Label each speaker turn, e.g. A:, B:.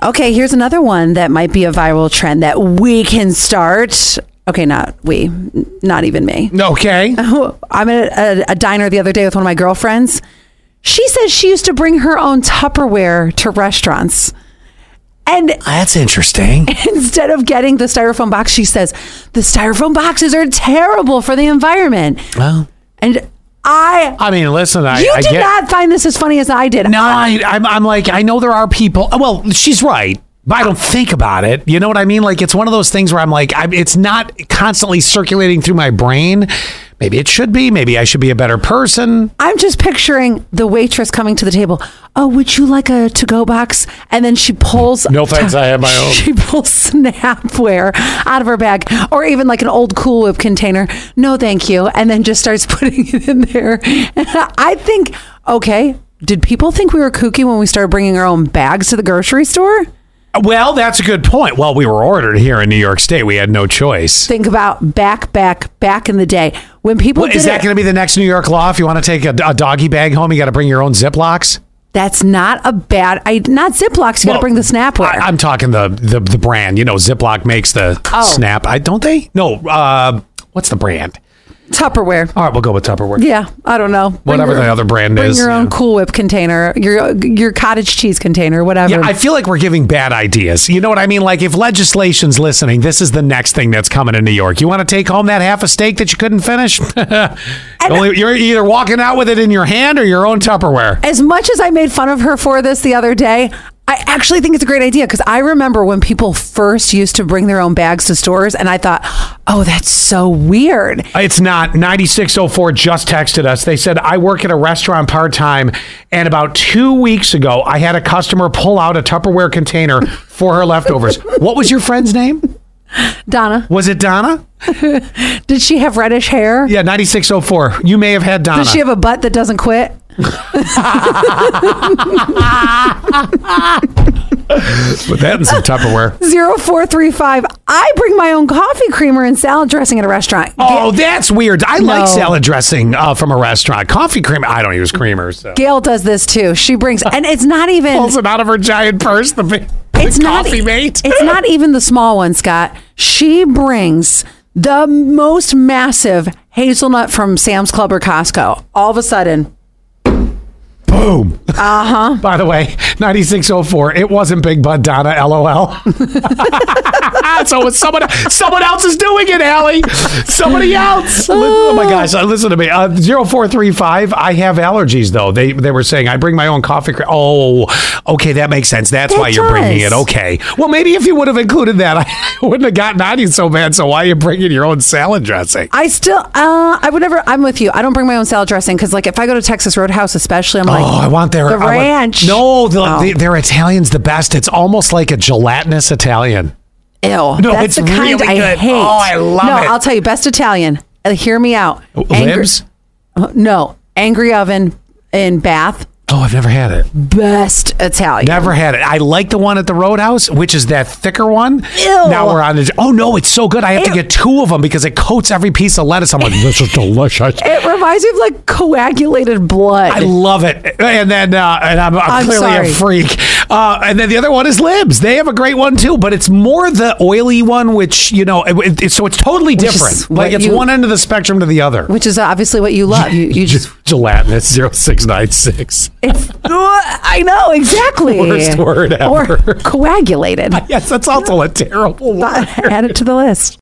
A: Okay, here's another one that might be a viral trend that we can start. Okay, not we, n- not even me.
B: Okay.
A: I'm at a, a diner the other day with one of my girlfriends. She said she used to bring her own Tupperware to restaurants. And
B: That's interesting.
A: instead of getting the styrofoam box, she says, the styrofoam boxes are terrible for the environment.
B: Well,
A: And I,
B: I mean, listen, I,
A: you
B: I
A: did
B: get,
A: not find this as funny as I did.
B: No, I, I'm, I'm like, I know there are people. Well, she's right. But I don't think about it. You know what I mean? Like, it's one of those things where I'm like, I, it's not constantly circulating through my brain. Maybe it should be. Maybe I should be a better person.
A: I'm just picturing the waitress coming to the table. Oh, would you like a to-go box? And then she pulls.
B: No offense, I have my own.
A: She pulls Snapware out of her bag, or even like an old Cool Whip container. No, thank you. And then just starts putting it in there. I think okay. Did people think we were kooky when we started bringing our own bags to the grocery store?
B: Well, that's a good point. Well, we were ordered here in New York State. We had no choice.
A: Think about back, back, back in the day when people
B: Well,
A: did
B: is that
A: it-
B: going to be the next New York law? If you want to take a, a doggy bag home, you got to bring your own Ziplocs.
A: That's not a bad. I not Ziplocs. You got to
B: Well,
A: bring the Snapware.
B: I, am talking the, the the brand. You know, Ziploc makes the
A: Oh.
B: snap. I don't they? No. Uh, what's the brand?
A: Tupperware.
B: All right, we'll go with Tupperware.
A: Yeah, I don't know. Bring
B: Whatever
A: your-
B: the other brand
A: bring
B: is,
A: your own
B: yeah.
A: Cool Whip container, your your cottage cheese container, whatever.
B: Yeah, I feel like we're giving bad ideas. You know what I mean? Like if legislation's listening, this is the next thing that's coming in New York. You want to take home that half a steak that you couldn't finish? Only, you're either walking out with it in your hand or your own Tupperware.
A: as much as I made fun of her for this the other day, I actually think it's a great idea because I remember when people first used to bring their own bags to stores, and I thought, oh, that's so weird.
B: It's not. 9604 just texted us. They said, I work at a restaurant part time, and about two weeks ago, I had a customer pull out a Tupperware container for her leftovers. what was your friend's name?
A: Donna,
B: Was it Donna?
A: did she have reddish hair?
B: Yeah, 9604. You may have had Donna.
A: Does she have a butt that doesn't quit?
B: Put that in some Tupperware.
A: 0435. I bring my own coffee creamer and salad dressing at a restaurant.
B: Oh, that's weird. I like
A: No.
B: salad dressing uh, from a restaurant. Coffee cream. I don't use creamers. So.
A: Gail does this too. She brings, and it's not even.
B: Pulls it out of her giant purse. The, big- the
A: it's not e-,
B: coffee mate.
A: it's not even the small one, Scott. She brings the most massive hazelnut from Sam's Club or Costco. All of a sudden,
B: Boom. Uh huh. By the way, ninety six oh four. It wasn't Big Bud Donna. LOL. so it's someone someone else is doing it, Allie. Somebody else. Li- Oh my gosh! uh, Listen to me. Uh, Zero four three five. I have allergies though. They they were saying I bring my own coffee. Cre- oh, okay, that makes sense. That's
A: That
B: why you're bringing
A: does.
B: it. Okay. Well, maybe if you would have included that, I wouldn't have gotten on you so bad. So why are you bringing your own salad dressing?
A: I still uh, I would never. I'm with you. I don't bring my own salad dressing because like if I go to Texas Roadhouse, especially, I'm like,
B: Oh, I want their
A: the
B: I want-
A: ranch.
B: no, the,
A: Oh.
B: the, their Italian's the best. It's almost like a gelatinous Italian.
A: ew.
B: No,
A: that's
B: it's
A: the kind
B: really
A: I
B: good.
A: hate.
B: Oh, I love
A: no,
B: it.
A: I'll tell you, best Italian. Uh, hear me out. Angry-
B: Libs?
A: Uh, no, Angry Oven in Bath.
B: Oh, I've never had it.
A: Best Italian.
B: Never had it. I like the one at the Roadhouse, which is that thicker one.
A: Ew.
B: Now we're on the. Oh no, it's so good. I have to
A: Ew.
B: get two of them because it coats every piece of lettuce. I'm like, this is delicious.
A: It reminds me of like coagulated blood.
B: I love it. And then, uh, and I'm, I'm
A: I'm
B: clearly
A: sorry.
B: a freak. Uh, and then the other one is Libs. They have a great one too, but it's more the oily one, which you know, it, it, so it's totally
A: is
B: different.
A: what
B: like it's
A: you-
B: one end of the spectrum to the other.
A: which is obviously what you love. You, you just,
B: gelatinous 0696.
A: it's, I know exactly.
B: Worst word
A: Or
B: ever.
A: coagulated.
B: Yes, that's also a terrible one.
A: Add it to the list.